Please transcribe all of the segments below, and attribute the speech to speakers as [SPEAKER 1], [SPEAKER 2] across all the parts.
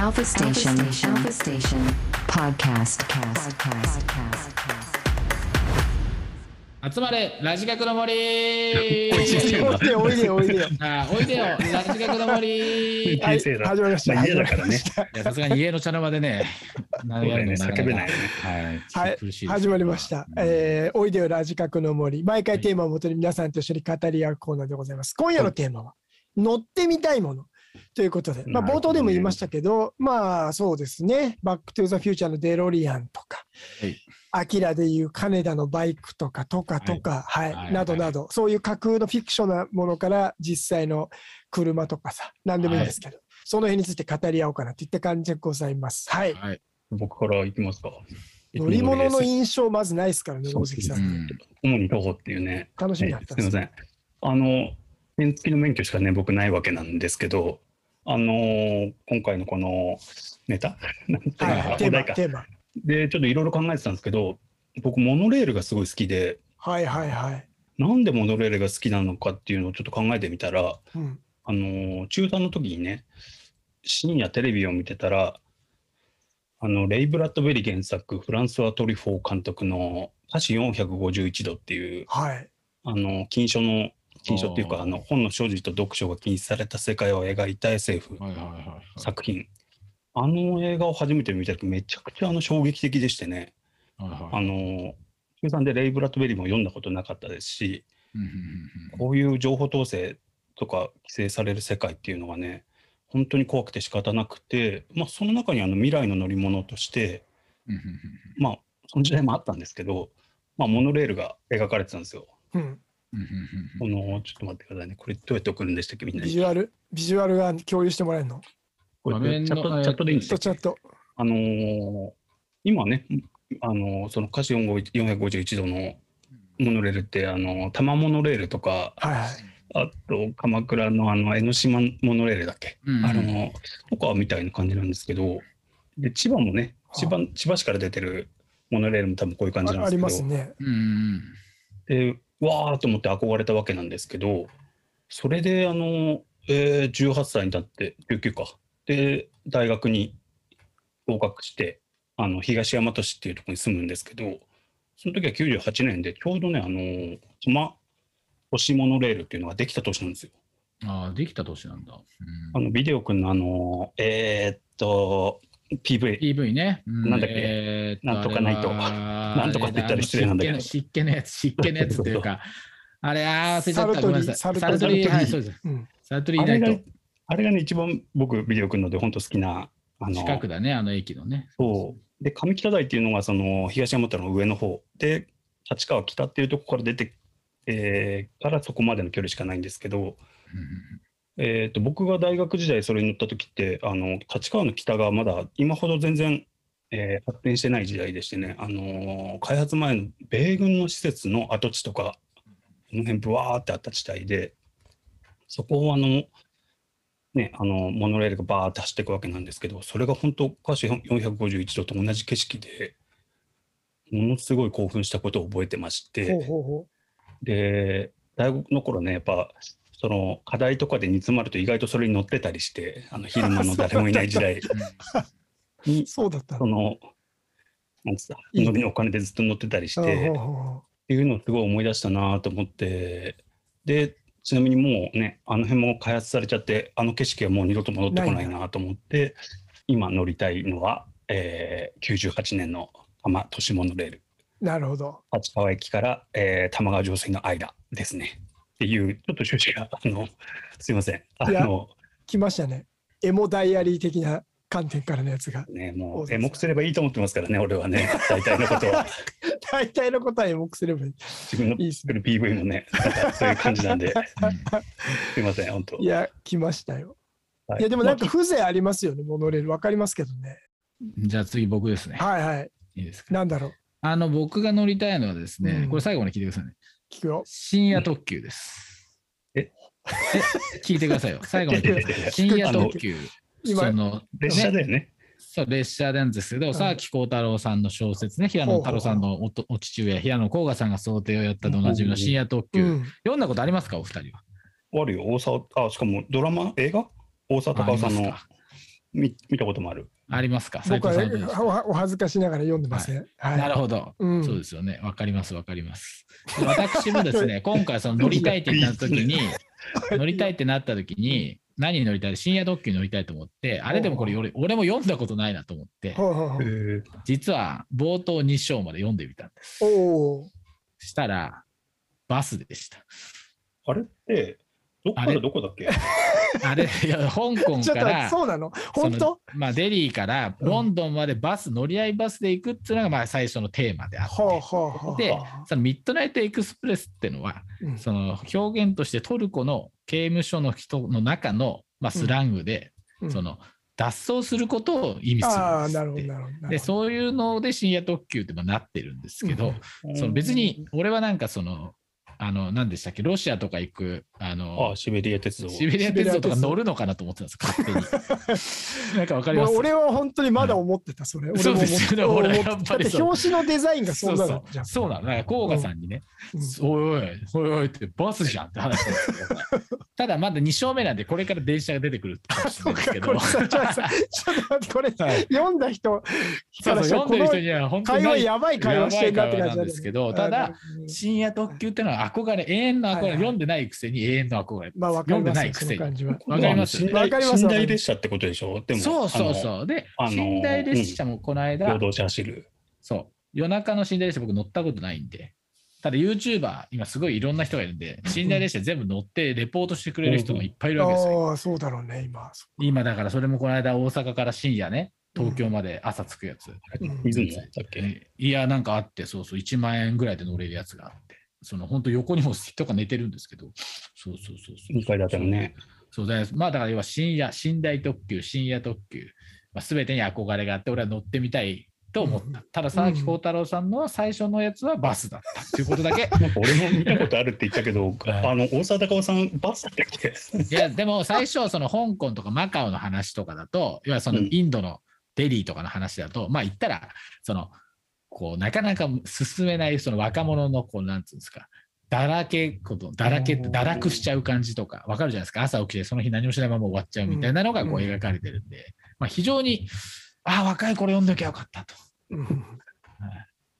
[SPEAKER 1] Alpha Station. Alpha Station. Podcast. Podcast.
[SPEAKER 2] 集まれラジカクの 森
[SPEAKER 3] おいでよおいでよおいでよ。
[SPEAKER 2] あーおいでよラジカクの 森い
[SPEAKER 3] は
[SPEAKER 4] 冷
[SPEAKER 3] い、
[SPEAKER 4] 静だ
[SPEAKER 3] 始まりました。
[SPEAKER 4] 家だからね
[SPEAKER 3] 始まりま
[SPEAKER 2] やさすがに家の茶の間でね、な
[SPEAKER 4] そうだよね
[SPEAKER 2] やるの
[SPEAKER 4] 叫べないよね
[SPEAKER 2] はい、
[SPEAKER 3] はい
[SPEAKER 2] 苦しい
[SPEAKER 3] した。
[SPEAKER 2] です
[SPEAKER 3] 始まりました。えーおいでよラジカクの森。毎
[SPEAKER 2] は
[SPEAKER 3] 回
[SPEAKER 2] い
[SPEAKER 3] テーマをもとに皆さんと一緒に語り合うコーナーでございます。今夜のテーマは、乗ってみたいもの。ということで、まあ、
[SPEAKER 4] なる
[SPEAKER 3] 冒
[SPEAKER 4] ほど
[SPEAKER 3] 頭
[SPEAKER 4] ね
[SPEAKER 3] でも言いましたけど、まあそうですね、バックトゥザフューチャーのデロリアンとか、
[SPEAKER 2] はい
[SPEAKER 3] アキラでいう金田のバイクとか、とかとか、はい、
[SPEAKER 2] はい
[SPEAKER 3] などなど、そういう架空のフィクションなものから実際の車とかさ、何でもいいんですけど、その辺について語り合おうかなといった感じでございます。はい。
[SPEAKER 2] はい、
[SPEAKER 4] 僕から行きますか。
[SPEAKER 3] 乗り物の
[SPEAKER 4] い
[SPEAKER 3] 印象まずないですからね、
[SPEAKER 4] つも
[SPEAKER 3] 大
[SPEAKER 4] 通り
[SPEAKER 3] 関
[SPEAKER 4] です
[SPEAKER 3] さ。
[SPEAKER 2] うんん
[SPEAKER 4] 主に徒歩っていうね。
[SPEAKER 3] 楽しみだ
[SPEAKER 4] ね
[SPEAKER 3] ったん
[SPEAKER 4] す
[SPEAKER 3] で
[SPEAKER 4] みますせん。あの、原付の免許しかね、僕ないわけなんですけど、あのー今回のこのネタ なんていうのか
[SPEAKER 3] は
[SPEAKER 4] ない
[SPEAKER 3] はい、テ
[SPEAKER 4] お
[SPEAKER 3] ーマ、
[SPEAKER 4] 題か
[SPEAKER 3] テーマ。
[SPEAKER 4] で、ちょっといろいろ考えてたんですけど、僕、モノレールがすごい好きで、
[SPEAKER 3] はいはいはい。
[SPEAKER 4] なんでモノレールが好きなのかっていうのをちょっと考えてみたら、
[SPEAKER 3] うん。
[SPEAKER 4] あの中3の時にね深夜テレビを見てたらあのレイ・ブラッドベリー原作フランスはトリフォー監督の「歌詞451度」っていう
[SPEAKER 3] はい。
[SPEAKER 4] あの禁書の禁書っていう
[SPEAKER 2] あー
[SPEAKER 4] かあの本の所持と読書が禁止された世界を描いた SF
[SPEAKER 2] はいはいは
[SPEAKER 4] 作品あの映画を初めて見た時めちゃくちゃあの衝撃的でしてね
[SPEAKER 2] いはいは
[SPEAKER 4] あ
[SPEAKER 2] い
[SPEAKER 4] の中3でレイ・ブラッドベリーも読んだことなかったですし
[SPEAKER 2] うんうんうん
[SPEAKER 4] こういう情報統制とか規制される世界っていうのがね、本当に怖くて仕方なくて、まあ、その中にあの未来の乗り物として、
[SPEAKER 2] うんうん
[SPEAKER 4] まあ、その時代もあったんですけど、まあ、モノレールが描かれてたんですよ。
[SPEAKER 3] うん。
[SPEAKER 2] うんうんうんうん
[SPEAKER 4] このちょっと待ってくださいね、これどうやって送るんでしたっけ、みんな
[SPEAKER 3] ビ
[SPEAKER 4] に。
[SPEAKER 3] ジュアル、ビジュアルが共有してもらえるの
[SPEAKER 4] これ
[SPEAKER 2] 画面の
[SPEAKER 4] チャッ
[SPEAKER 2] えー
[SPEAKER 4] トチャットでいいんです
[SPEAKER 3] と
[SPEAKER 4] よ。
[SPEAKER 3] チャット。
[SPEAKER 4] あのー今ね、あのーその歌詞45 451度のモノレールって、あのー多摩モノレールとか、
[SPEAKER 3] はいはい。
[SPEAKER 4] あと鎌倉のあの江ノ島モノレールだっけ、
[SPEAKER 2] うん
[SPEAKER 4] あのとかみたいな感じなんですけどで千葉もね千葉千葉市から出てるモノレールも多分こういう感じ
[SPEAKER 3] あ
[SPEAKER 4] なん
[SPEAKER 3] ありま
[SPEAKER 4] で
[SPEAKER 3] す
[SPEAKER 4] すけど
[SPEAKER 3] ね。
[SPEAKER 2] うんうん
[SPEAKER 4] でわーと思って憧れたわけなんですけどそれであの、えー18歳になって19かで大学に合格してあの東大和市っていうところに住むんですけどその時は98年でちょうどねあの多摩都市モノレールっていうのができた年なんですよ。
[SPEAKER 2] あーできた年なんだ、う
[SPEAKER 4] あ
[SPEAKER 2] ん、
[SPEAKER 4] のビデオ君のあのえーっと PV
[SPEAKER 2] PV ね、う
[SPEAKER 4] なんだっけ
[SPEAKER 2] えー
[SPEAKER 4] なんとかないと
[SPEAKER 2] な
[SPEAKER 4] なんとかって言ったら失礼なんだけど
[SPEAKER 2] 湿気のやつ湿気のやつっていうかあれあー忘れちゃった
[SPEAKER 3] サ
[SPEAKER 2] ご
[SPEAKER 3] ルトリー
[SPEAKER 2] めんなさい
[SPEAKER 3] サルト
[SPEAKER 2] サルト
[SPEAKER 4] サル
[SPEAKER 2] リー
[SPEAKER 4] トリー
[SPEAKER 2] はいそうです
[SPEAKER 3] うん。
[SPEAKER 2] サルトリ
[SPEAKER 4] あ
[SPEAKER 2] ーナ
[SPEAKER 4] れ
[SPEAKER 2] イ
[SPEAKER 4] が
[SPEAKER 2] ト
[SPEAKER 4] あれがね一番僕ビデオ君ので本当好きなあの
[SPEAKER 2] 近くだねあの駅のね
[SPEAKER 4] そうで上北台っていうのがその東山太の上の方で立川北っていうとこから出て、えーからそこまでの距離しかないんですけど、
[SPEAKER 2] うんうん
[SPEAKER 4] えー、と僕が大学時代それに乗った時ってあの立川の北がまだ今ほど全然、えー発展してない時代でしてね、あのー開発前の米軍の施設の跡地とかこの辺ブワーってあった地帯でそこをあの、ね、あのモノレールがバーって走っていくわけなんですけどそれが本当歌詞451度と同じ景色でものすごい興奮したことを覚えてまして。
[SPEAKER 3] ほうほうほ
[SPEAKER 4] で大学の頃ねやっぱその課題とかで煮詰まると意外とそれに乗ってたりしてあの 昼間の誰もいない時代
[SPEAKER 3] う。
[SPEAKER 4] に
[SPEAKER 3] そうだった
[SPEAKER 4] そ
[SPEAKER 3] の。
[SPEAKER 4] のなんつった
[SPEAKER 3] いい
[SPEAKER 4] 飲みのお金でずっと乗ってたりし
[SPEAKER 3] うん
[SPEAKER 4] て
[SPEAKER 3] ほうほ
[SPEAKER 4] っ
[SPEAKER 3] うほ
[SPEAKER 4] ていうのをすごい思い出したなと思ってでちなみにもうねあの辺も開発されちゃってあの景色はもう二度と戻ってこないなと思って今乗りたいのは、えー98年の多摩都市モノレール。
[SPEAKER 3] うなるほど。
[SPEAKER 4] 立川駅から、えー、玉川上水の間ですね。っていう、ちょっと趣旨が、あの、すいません。あ
[SPEAKER 3] いや
[SPEAKER 4] の、
[SPEAKER 3] 来ましたね。エモダイアリー的な観点からのやつが。
[SPEAKER 4] ね、
[SPEAKER 3] そ
[SPEAKER 4] も
[SPEAKER 3] う
[SPEAKER 4] う、
[SPEAKER 3] です
[SPEAKER 4] エモくすればいいと思ってますからね、俺はね、大体のこと は。
[SPEAKER 3] 大体の答えを目すればいい。
[SPEAKER 4] 自分の
[SPEAKER 3] いいです
[SPEAKER 4] 作る PV もね、なんかそういう感じ なんで、すいません、本当。
[SPEAKER 3] いや、来ましたよ。
[SPEAKER 4] はい
[SPEAKER 3] いや、でもなんか風情ありますよね、モノレール。わかりますけどね。
[SPEAKER 2] うんじゃあ次僕ですね
[SPEAKER 3] はいはい。
[SPEAKER 2] いいですか
[SPEAKER 3] なんだろう。
[SPEAKER 2] あの僕が乗りたいのはですね、
[SPEAKER 3] うん
[SPEAKER 2] これ最後まで聞いてくださいね
[SPEAKER 3] 聞くよ。
[SPEAKER 2] 深夜特急です、
[SPEAKER 4] うん
[SPEAKER 2] え聞いてくださいよ最後まで聞いてください深夜特急
[SPEAKER 3] 今
[SPEAKER 2] その
[SPEAKER 4] 列車だよね。
[SPEAKER 2] そう列車なんですけど、
[SPEAKER 3] ん
[SPEAKER 2] 佐々木幸太郎さんの小説ね、平野太郎さんのおとお父親、平野幸賀さんが想定をやったでおなじみの深夜特急、
[SPEAKER 3] うん。
[SPEAKER 2] 読んだことありますか、お二人は。
[SPEAKER 4] あるよ、大沢、あ、しかもドラマ、映画大沢たかおさん
[SPEAKER 2] あり
[SPEAKER 4] の
[SPEAKER 2] ますか
[SPEAKER 4] 見見たこともある。
[SPEAKER 2] ありますか斉
[SPEAKER 3] 僕
[SPEAKER 2] 藤
[SPEAKER 3] は
[SPEAKER 2] さんどうですか
[SPEAKER 3] おお恥ずかしながら読んでません。はい
[SPEAKER 2] なるほど、
[SPEAKER 3] うん
[SPEAKER 2] そうですよね。わかります、わかります。私もです ね、今回その乗りたいってなった時に、乗りたいってなった時に、何に乗りたい深夜特急に乗りたいと思って、あれでもこれ俺俺も読んだことないなと思って、
[SPEAKER 3] ほうほう ほう
[SPEAKER 4] え
[SPEAKER 2] 実は冒頭2章まで読んでみたんで
[SPEAKER 3] おお。
[SPEAKER 2] す。したら、バスでした。
[SPEAKER 4] あれって、どっか
[SPEAKER 2] あれ
[SPEAKER 4] らどこだっけ
[SPEAKER 2] あれ、いや香港
[SPEAKER 3] ちょっ
[SPEAKER 2] か
[SPEAKER 3] と待って
[SPEAKER 2] ら、
[SPEAKER 3] そうなの本
[SPEAKER 2] その
[SPEAKER 3] 当
[SPEAKER 2] まあ、デリーからロンドンまでバス、乗り合いバスで行くっていうのがまあ最初のテーマであって、
[SPEAKER 3] ほうほうほう。
[SPEAKER 2] でそのミッドナイトエクスプレスってのは、
[SPEAKER 3] うん
[SPEAKER 2] その表現としてトルコの刑務所の人の中の、まあ、スラングで、
[SPEAKER 3] うん
[SPEAKER 2] その脱走することを意味するんですって
[SPEAKER 3] ああ、なるほど、なるほど。
[SPEAKER 2] でそういうので深夜特急ってまあなってるんですけど、その別に俺はなんかそのあの何でしたっけロシアとか行くあ
[SPEAKER 4] あ
[SPEAKER 2] の
[SPEAKER 4] あ、シベリア鉄道。
[SPEAKER 2] シベリア鉄道とか
[SPEAKER 3] シベリア鉄道
[SPEAKER 2] 乗るのかなと思ってたんです勝手に。 なんかわかり
[SPEAKER 3] も
[SPEAKER 2] ます
[SPEAKER 3] う俺は本当にまだ思ってた、それ。
[SPEAKER 2] そうですよね俺は
[SPEAKER 3] 俺も
[SPEAKER 2] や
[SPEAKER 3] 思っ
[SPEAKER 2] って
[SPEAKER 3] だ
[SPEAKER 2] ぱ
[SPEAKER 3] っ
[SPEAKER 2] りそう
[SPEAKER 3] て表紙のデザインがそ
[SPEAKER 2] そうう
[SPEAKER 3] な
[SPEAKER 2] そ
[SPEAKER 3] の
[SPEAKER 2] う
[SPEAKER 3] じゃん。
[SPEAKER 2] そうなの。なんか甲賀さんにね、おいおい、おいおいってバスじゃんって話なんですけど、 ただまだ2章目なんで、これから電車が出てくるかもし
[SPEAKER 3] そ
[SPEAKER 2] れな
[SPEAKER 3] う
[SPEAKER 2] いです
[SPEAKER 3] か、
[SPEAKER 2] け
[SPEAKER 3] こ
[SPEAKER 2] ど
[SPEAKER 3] れ、さ、じゃあさ、 ちょっと待って、これ、
[SPEAKER 2] はい
[SPEAKER 3] 読んだ人
[SPEAKER 2] そうそ
[SPEAKER 3] から
[SPEAKER 2] う
[SPEAKER 3] したら、
[SPEAKER 2] 読ん
[SPEAKER 3] こ
[SPEAKER 2] でる
[SPEAKER 3] の
[SPEAKER 2] 人には本当に
[SPEAKER 3] 会
[SPEAKER 2] な
[SPEAKER 3] 話
[SPEAKER 2] い
[SPEAKER 3] やばい会話してるなっ
[SPEAKER 2] や
[SPEAKER 3] て感じ
[SPEAKER 2] ばい会話なんですけどただ、深夜特急ってのは憧れ、永遠の憧
[SPEAKER 3] はい
[SPEAKER 2] れ、
[SPEAKER 3] はい
[SPEAKER 2] 読んでないくせに永遠の憧れ。
[SPEAKER 3] まあ、わかり
[SPEAKER 2] 読んで
[SPEAKER 3] ます
[SPEAKER 2] ない
[SPEAKER 3] よそ
[SPEAKER 2] く
[SPEAKER 3] の
[SPEAKER 2] せに。
[SPEAKER 3] 感じは。
[SPEAKER 2] わかります
[SPEAKER 4] 寝
[SPEAKER 3] わかります
[SPEAKER 4] 台列車ってことでしょでも、
[SPEAKER 2] そうそう
[SPEAKER 4] う。
[SPEAKER 2] そう。で、
[SPEAKER 4] あの
[SPEAKER 2] 寝台列車もこの間、
[SPEAKER 4] 労働者走る。
[SPEAKER 2] そう。夜中の寝台列車僕乗ったことないんで。ただ YouTuber、今すごいいろんな人がいるんで、寝台列車全部乗ってレポートしてくれる人がいっぱいいるわけですよ。
[SPEAKER 3] ああ、そうだろうね、今。
[SPEAKER 2] 今だからそれもこの間大阪から深夜ね、東京まで朝着くやつ。
[SPEAKER 3] うん
[SPEAKER 4] 出雲だっけ
[SPEAKER 2] えいや、なんかあって、そうそう、1万円ぐらいで乗れるやつがあって、その本当横にも人が寝てるんですけど、そうそうそうそう。
[SPEAKER 4] ?2 階建てのね。
[SPEAKER 2] そうだよまあだから要は深夜、寝台特急、深夜特急、まあ、全てに憧れがあって、俺は乗ってみたいと思っ
[SPEAKER 3] うん
[SPEAKER 2] た。ただ、佐々木幸太郎さんの最初のやつはバスだったっていうことだけ。
[SPEAKER 4] なんか俺も見たことあるって言った けど、
[SPEAKER 2] はい
[SPEAKER 4] あの、大沢たかおさん、バスだったっけ
[SPEAKER 2] いや、でも最初、その香港とかマカオの話とかだと、要はその
[SPEAKER 4] うん
[SPEAKER 2] インドのデリーとかの話だと、まあ言ったら、その、こう、なかなか進めない、その若者の、こう、なんつうんですか、だらけこと、だらけ、
[SPEAKER 3] おー
[SPEAKER 2] 堕落しちゃう感じとか、わかるじゃないですか。朝起きて、その日何もしないまま終わっちゃうみたいなのが、こう、
[SPEAKER 3] うん
[SPEAKER 2] 描かれてるんで、まあ非常に、ああ、若い頃読んどきゃよかったと。
[SPEAKER 3] うん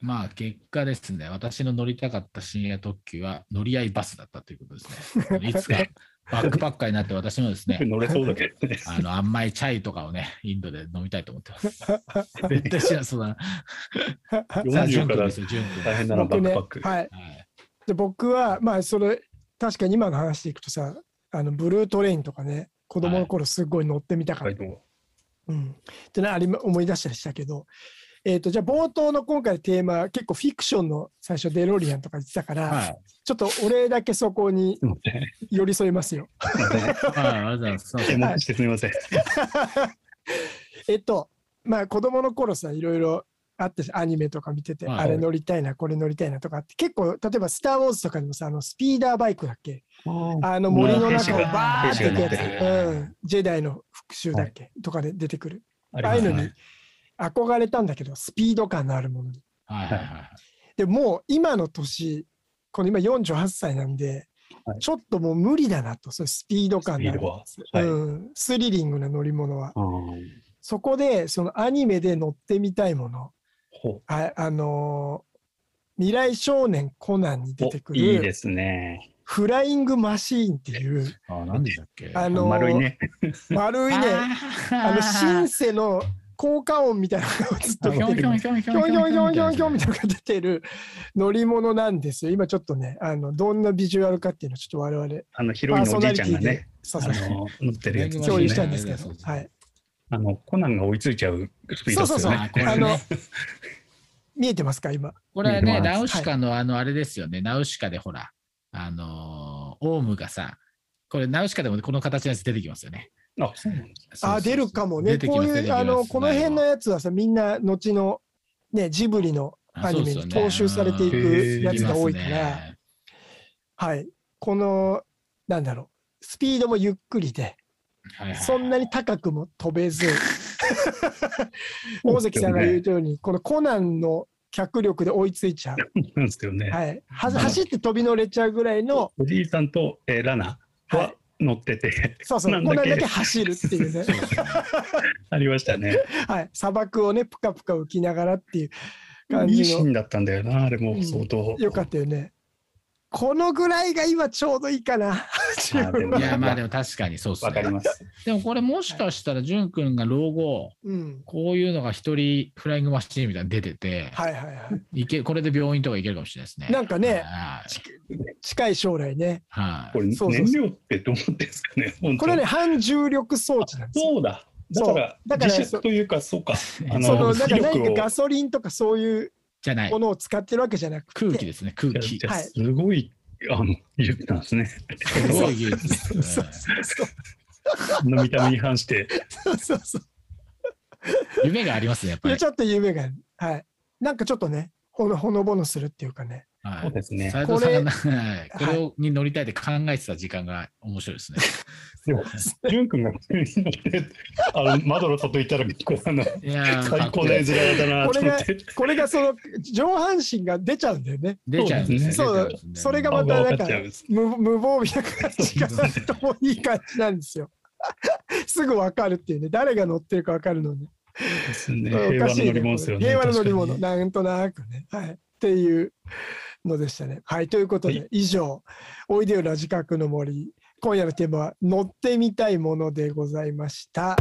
[SPEAKER 2] まあ結果ですね、私の乗りたかった深夜特急は乗り合いバスだったということですね。いつかバックパッカーになって私もですね、
[SPEAKER 4] 乗れそうだけどね。
[SPEAKER 2] あの甘いチャイとかをね、インドで飲みたいと思ってます。絶対知らんそうだな。さ あ、ジュ
[SPEAKER 4] 40
[SPEAKER 2] ン
[SPEAKER 4] か
[SPEAKER 2] 君
[SPEAKER 4] ら
[SPEAKER 2] ですよ、ジュン君。
[SPEAKER 4] 大変なのバ
[SPEAKER 3] 僕
[SPEAKER 4] ック
[SPEAKER 3] ね
[SPEAKER 4] パック。、
[SPEAKER 3] はい。
[SPEAKER 2] はい
[SPEAKER 3] で、僕は、まあ、それ、確かに今の話でいくとさ、あの、ブルートレインとかね、子供の頃すごい乗ってみたかった
[SPEAKER 4] 北海道
[SPEAKER 3] うん、ってなありま思い出したりしたけど、えー、とじゃあ冒頭の今回のテーマ結構フィクションの最初デロリアンとか言ってたから、
[SPEAKER 2] はい。
[SPEAKER 3] ちょっと俺だけそこに
[SPEAKER 4] すいません
[SPEAKER 3] 寄り添いますよ。
[SPEAKER 2] ああ、ありがとうございます。そうそう
[SPEAKER 4] 手元してすみません。
[SPEAKER 3] えっとまあ子供の頃さいろいろあってアニメとか見てて、
[SPEAKER 2] はい
[SPEAKER 3] あれ乗りたいなこれ乗りたいなとかあって結構例えば「スター・ウォーズ」とかでもさあのスピーダーバイクだっけあの森の中をバーって行くやつ、
[SPEAKER 4] 兵士が
[SPEAKER 3] うん、ジェダイの復讐だっけ、とかで出てくる
[SPEAKER 4] あ
[SPEAKER 3] ああいうの
[SPEAKER 4] ります
[SPEAKER 3] に
[SPEAKER 4] ね
[SPEAKER 3] 憧れたんだけどスピード感のあるものに。
[SPEAKER 2] はいはいはい。
[SPEAKER 3] でもう今の年この今48歳なんで、
[SPEAKER 4] はい
[SPEAKER 3] ちょっともう無理だなとそういうスピード
[SPEAKER 4] ス
[SPEAKER 3] 感
[SPEAKER 4] ピ
[SPEAKER 3] のあ
[SPEAKER 4] ー
[SPEAKER 3] る
[SPEAKER 4] ドは。はい
[SPEAKER 3] うん、スリリングな乗り物は
[SPEAKER 4] うん
[SPEAKER 3] そこでそのアニメで乗ってみたいもの
[SPEAKER 4] ほ
[SPEAKER 3] ああのー未来少年コナン」に出てく
[SPEAKER 4] おいいで
[SPEAKER 3] る
[SPEAKER 4] すね。
[SPEAKER 3] フライングマシーンっていう
[SPEAKER 2] ああ、何でしたっけ
[SPEAKER 3] あのー
[SPEAKER 4] 丸いね。
[SPEAKER 3] 丸いねあ のシンセの効果音みたいなのがずっと
[SPEAKER 2] ひ
[SPEAKER 3] 出
[SPEAKER 2] ょ
[SPEAKER 3] て
[SPEAKER 2] ん
[SPEAKER 3] く
[SPEAKER 2] ひ
[SPEAKER 3] る
[SPEAKER 2] ょんひょんひ
[SPEAKER 3] キョ
[SPEAKER 2] ょ
[SPEAKER 3] ン
[SPEAKER 2] ん
[SPEAKER 3] キョンキョンキョンキョンみ
[SPEAKER 2] みたい
[SPEAKER 3] たいなのが出てる乗り物なんですよ。今ちょっとね、あのどんなビジュアルかっていうのをちょっと我々、
[SPEAKER 4] あの、ヒ
[SPEAKER 3] パ
[SPEAKER 4] ロイ
[SPEAKER 3] ー
[SPEAKER 4] ンの
[SPEAKER 3] ソ
[SPEAKER 4] おじ
[SPEAKER 3] ナ
[SPEAKER 4] い
[SPEAKER 3] リ
[SPEAKER 4] ち
[SPEAKER 3] テ
[SPEAKER 4] ゃんが
[SPEAKER 3] ィで
[SPEAKER 4] ね、、
[SPEAKER 3] そう
[SPEAKER 4] あ
[SPEAKER 3] そう
[SPEAKER 4] の、乗ってるやつ。
[SPEAKER 3] 共有したんですけ
[SPEAKER 2] そう
[SPEAKER 3] ど
[SPEAKER 2] で、すね
[SPEAKER 3] はい、
[SPEAKER 4] あの、コナンが追いついちゃうスピード
[SPEAKER 3] そう
[SPEAKER 4] です
[SPEAKER 3] そう
[SPEAKER 4] よね。
[SPEAKER 2] ね
[SPEAKER 3] そう、
[SPEAKER 2] これね
[SPEAKER 3] あの見えてますか、今。
[SPEAKER 2] これは
[SPEAKER 4] 見
[SPEAKER 2] ね、
[SPEAKER 4] てます
[SPEAKER 2] ナウシカのあの、あれですよね、ナウシカでほら、あのー、オウムがさ、これナウシカでもこの形のやつ出てきますよね。
[SPEAKER 4] あ、そうなんです。
[SPEAKER 2] そうそう
[SPEAKER 3] あ、
[SPEAKER 2] そう
[SPEAKER 3] 出るかもね、
[SPEAKER 2] 出てき
[SPEAKER 3] こ
[SPEAKER 2] ま
[SPEAKER 3] う
[SPEAKER 2] す出
[SPEAKER 3] い
[SPEAKER 2] てき
[SPEAKER 3] う
[SPEAKER 2] ます
[SPEAKER 3] あのこの辺のやつはさ、みんな後の、ね、ジブリのアニメに踏襲されていくやつが多いから、はい、この、なんだろう、スピードもゆっくりで、そんなに高くも飛べず、大関さんが言うように、このコナンの脚力で追いついちゃう、
[SPEAKER 4] なんですよね。
[SPEAKER 3] はい、は
[SPEAKER 2] うん
[SPEAKER 3] 走って飛び乗れちゃうぐらいの、
[SPEAKER 4] おじいさんと、えーラナ
[SPEAKER 3] は
[SPEAKER 4] はい乗ってて、
[SPEAKER 3] そうそう、
[SPEAKER 4] な
[SPEAKER 3] こ
[SPEAKER 4] ん
[SPEAKER 3] んな
[SPEAKER 4] だ
[SPEAKER 3] ん
[SPEAKER 4] っけ
[SPEAKER 3] だけ走るっ ていうね。
[SPEAKER 4] ありましたね。
[SPEAKER 3] はい、砂漠をね、ぷかぷか浮きながらっていう感
[SPEAKER 4] いい
[SPEAKER 3] じ
[SPEAKER 4] シ
[SPEAKER 3] の
[SPEAKER 4] ー。ンだったんだよな、あれも相当。
[SPEAKER 3] よかったよね。このぐらいが今ちょうどいいかな。
[SPEAKER 4] あでも
[SPEAKER 2] いや、まあでも確かにそうです
[SPEAKER 4] わかり
[SPEAKER 2] ね。
[SPEAKER 4] ます。
[SPEAKER 2] でもこれもしかしたら、淳君が老後、
[SPEAKER 3] うん。
[SPEAKER 2] こういうのが一人フライングマシーンみたいなの出てて、
[SPEAKER 3] はいはいはい。
[SPEAKER 2] いけこれで病院とか行けるかもしれない ですね。
[SPEAKER 3] なんかね
[SPEAKER 2] はい
[SPEAKER 3] 近い将来ね。
[SPEAKER 2] は
[SPEAKER 4] これ、
[SPEAKER 3] そうそう
[SPEAKER 4] 燃料ってどうなんですかね、本当
[SPEAKER 3] これはね、反重力装置なんですよ。
[SPEAKER 4] そうだ。だ
[SPEAKER 3] そう
[SPEAKER 4] から、
[SPEAKER 3] だから
[SPEAKER 4] 磁石というか、そうか。あ
[SPEAKER 2] う
[SPEAKER 3] そ
[SPEAKER 4] の、
[SPEAKER 3] の、だ
[SPEAKER 4] 磁
[SPEAKER 3] から
[SPEAKER 4] 力
[SPEAKER 3] 何か
[SPEAKER 4] を。
[SPEAKER 3] ガソリンとかそういう
[SPEAKER 2] じゃない
[SPEAKER 3] も。のを使ってるわけじゃなくて。
[SPEAKER 2] 空気ですね、空気
[SPEAKER 4] じ。ゃあ
[SPEAKER 3] はい
[SPEAKER 4] すごい、あの、技術なんですね。
[SPEAKER 2] すごい技術ですよね。
[SPEAKER 3] そうそうそう
[SPEAKER 4] あの見た目に反して。
[SPEAKER 3] そうそう。
[SPEAKER 2] 夢がありますね、やっぱ
[SPEAKER 3] いや
[SPEAKER 2] り。
[SPEAKER 3] ちょっと夢がある、はい。なんかちょっとね、ほのほのぼのするっていうかね。
[SPEAKER 2] は
[SPEAKER 4] そう
[SPEAKER 2] い
[SPEAKER 4] ですね。
[SPEAKER 2] 斉藤さんがはいこれをに乗りたいって考えてた時間が面白いですね。
[SPEAKER 4] でも、淳君が机に乗って、あの、窓の外行ったら、結構、あの、
[SPEAKER 2] いやー、
[SPEAKER 4] 最高な絵面だな
[SPEAKER 3] ことれ
[SPEAKER 4] 思
[SPEAKER 3] が
[SPEAKER 4] って。、
[SPEAKER 3] これがその上半身が出ちゃうんだよね。
[SPEAKER 2] 出ちゃうんですね。
[SPEAKER 3] そ
[SPEAKER 2] 出
[SPEAKER 3] う
[SPEAKER 2] ちゃん、ですね
[SPEAKER 3] それが
[SPEAKER 4] あ
[SPEAKER 3] またな
[SPEAKER 4] わか
[SPEAKER 3] ん
[SPEAKER 4] っ
[SPEAKER 3] か
[SPEAKER 4] ちゃいます
[SPEAKER 3] 無無防備な感じがなんともいい感じなんですよ。 すぐわかるっていうね、誰が乗ってるかわかるのね。
[SPEAKER 4] ですね
[SPEAKER 3] お
[SPEAKER 4] 平
[SPEAKER 3] か
[SPEAKER 4] 和の
[SPEAKER 3] し
[SPEAKER 4] 乗
[SPEAKER 3] い
[SPEAKER 4] り
[SPEAKER 3] ね
[SPEAKER 4] 物ですよね。
[SPEAKER 3] 平和の乗り
[SPEAKER 4] 確
[SPEAKER 3] 物、
[SPEAKER 4] か
[SPEAKER 3] なんとなくね。はい。っていうのでしたね。はい。ということ
[SPEAKER 4] は
[SPEAKER 3] で、以上、おいでよラジカクの森、今夜のテーマは、乗ってみたいものでございました。